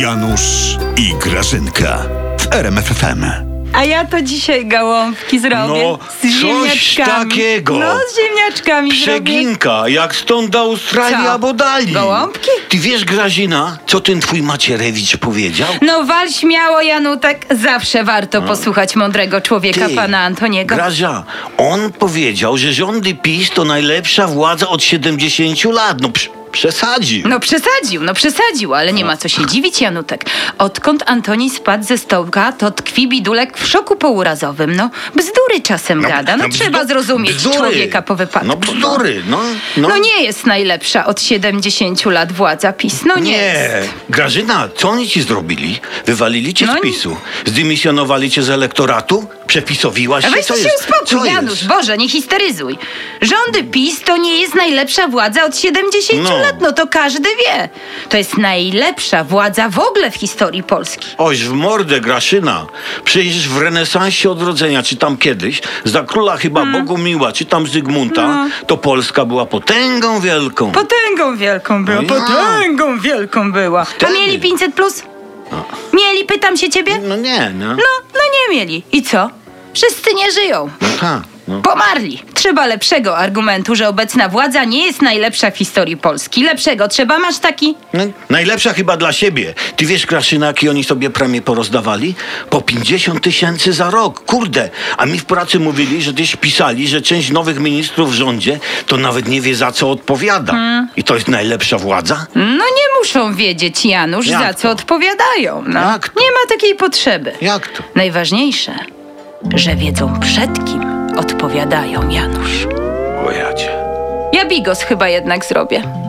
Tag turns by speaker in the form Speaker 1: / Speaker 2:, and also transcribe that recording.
Speaker 1: Janusz i Grażynka w RMFFM.
Speaker 2: A ja to dzisiaj gałąbki zrobię.
Speaker 3: No,
Speaker 2: z
Speaker 3: coś
Speaker 2: ziemniaczkami.
Speaker 3: takiego.
Speaker 2: No, z ziemniaczkami zrobię.
Speaker 3: Przeginka, jak stąd do Australii
Speaker 2: Co?
Speaker 3: albo dali.
Speaker 2: Gołąbki?
Speaker 3: Ty wiesz, Grażyna, co ten twój Macierewicz powiedział?
Speaker 2: No wal śmiało, Janutek. Zawsze warto posłuchać mądrego człowieka,
Speaker 3: No. Ty,
Speaker 2: pana Antoniego.
Speaker 3: Grazia, on powiedział, że rządy PiS to najlepsza władza od 70 lat. No prz- przesadził.
Speaker 2: No przesadził, no przesadził, ale nie ma co się dziwić, Janutek. Odkąd Antoni spadł ze stołka, to tkwi bidulek w szoku pourazowym. No, bzdury czasem gada. No, trzeba
Speaker 3: bzdu-
Speaker 2: zrozumieć
Speaker 3: bzdury.
Speaker 2: człowieka po wypadku.
Speaker 3: No bzdury, no.
Speaker 2: No. nie jest najlepsza od 70 lat władza PiS. No nie,
Speaker 3: Nie,
Speaker 2: jest.
Speaker 3: Grażyna, co oni ci zrobili? Wywalili cię
Speaker 2: No
Speaker 3: z
Speaker 2: nie.
Speaker 3: PiSu, zdymisjonowali cię z elektoratu, przepisowiłaś
Speaker 2: A
Speaker 3: się,
Speaker 2: weź
Speaker 3: co
Speaker 2: ty się
Speaker 3: jest? co
Speaker 2: uspokój,
Speaker 3: jest?
Speaker 2: Janusz, Boże, nie histeryzuj. Rządy PiS to nie jest najlepsza władza od 70
Speaker 3: No.
Speaker 2: lat, no to każdy wie. To jest najlepsza władza w ogóle w historii Polski.
Speaker 3: Oś w mordę, Graszyna. Przecież w renesansie odrodzenia, czy tam kiedyś, za króla chyba Bogumiła, czy tam Zygmunta, to Polska była potęgą wielką.
Speaker 2: Potęgą wielką była,
Speaker 3: No ja.
Speaker 2: potęgą wielką była. A
Speaker 3: Wtedy.
Speaker 2: mieli 500 plus? Mieli, pytam się ciebie?
Speaker 3: No nie, no.
Speaker 2: No, no nie mieli. I co? Wszyscy nie żyją.
Speaker 3: No tak, no.
Speaker 2: Pomarli. Trzeba lepszego argumentu, że obecna władza nie jest najlepsza w historii Polski. Lepszego trzeba, masz taki?
Speaker 3: No, najlepsza chyba dla siebie. Ty wiesz, Kraszyna, jaki oni sobie premie porozdawali? Po 50 tysięcy za rok. Kurde. A mi w pracy mówili, że też pisali, że część nowych ministrów w rządzie to nawet nie wie za co odpowiada. I to jest najlepsza władza?
Speaker 2: No nie muszą wiedzieć, Janusz,
Speaker 3: Jak
Speaker 2: za
Speaker 3: to?
Speaker 2: co odpowiadają. No.
Speaker 3: Jak to?
Speaker 2: Nie ma takiej potrzeby.
Speaker 3: Jak to?
Speaker 2: Najważniejsze, że wiedzą przed kim odpowiadają, Janusz.
Speaker 3: Bojacie.
Speaker 2: Ja bigos chyba jednak zrobię.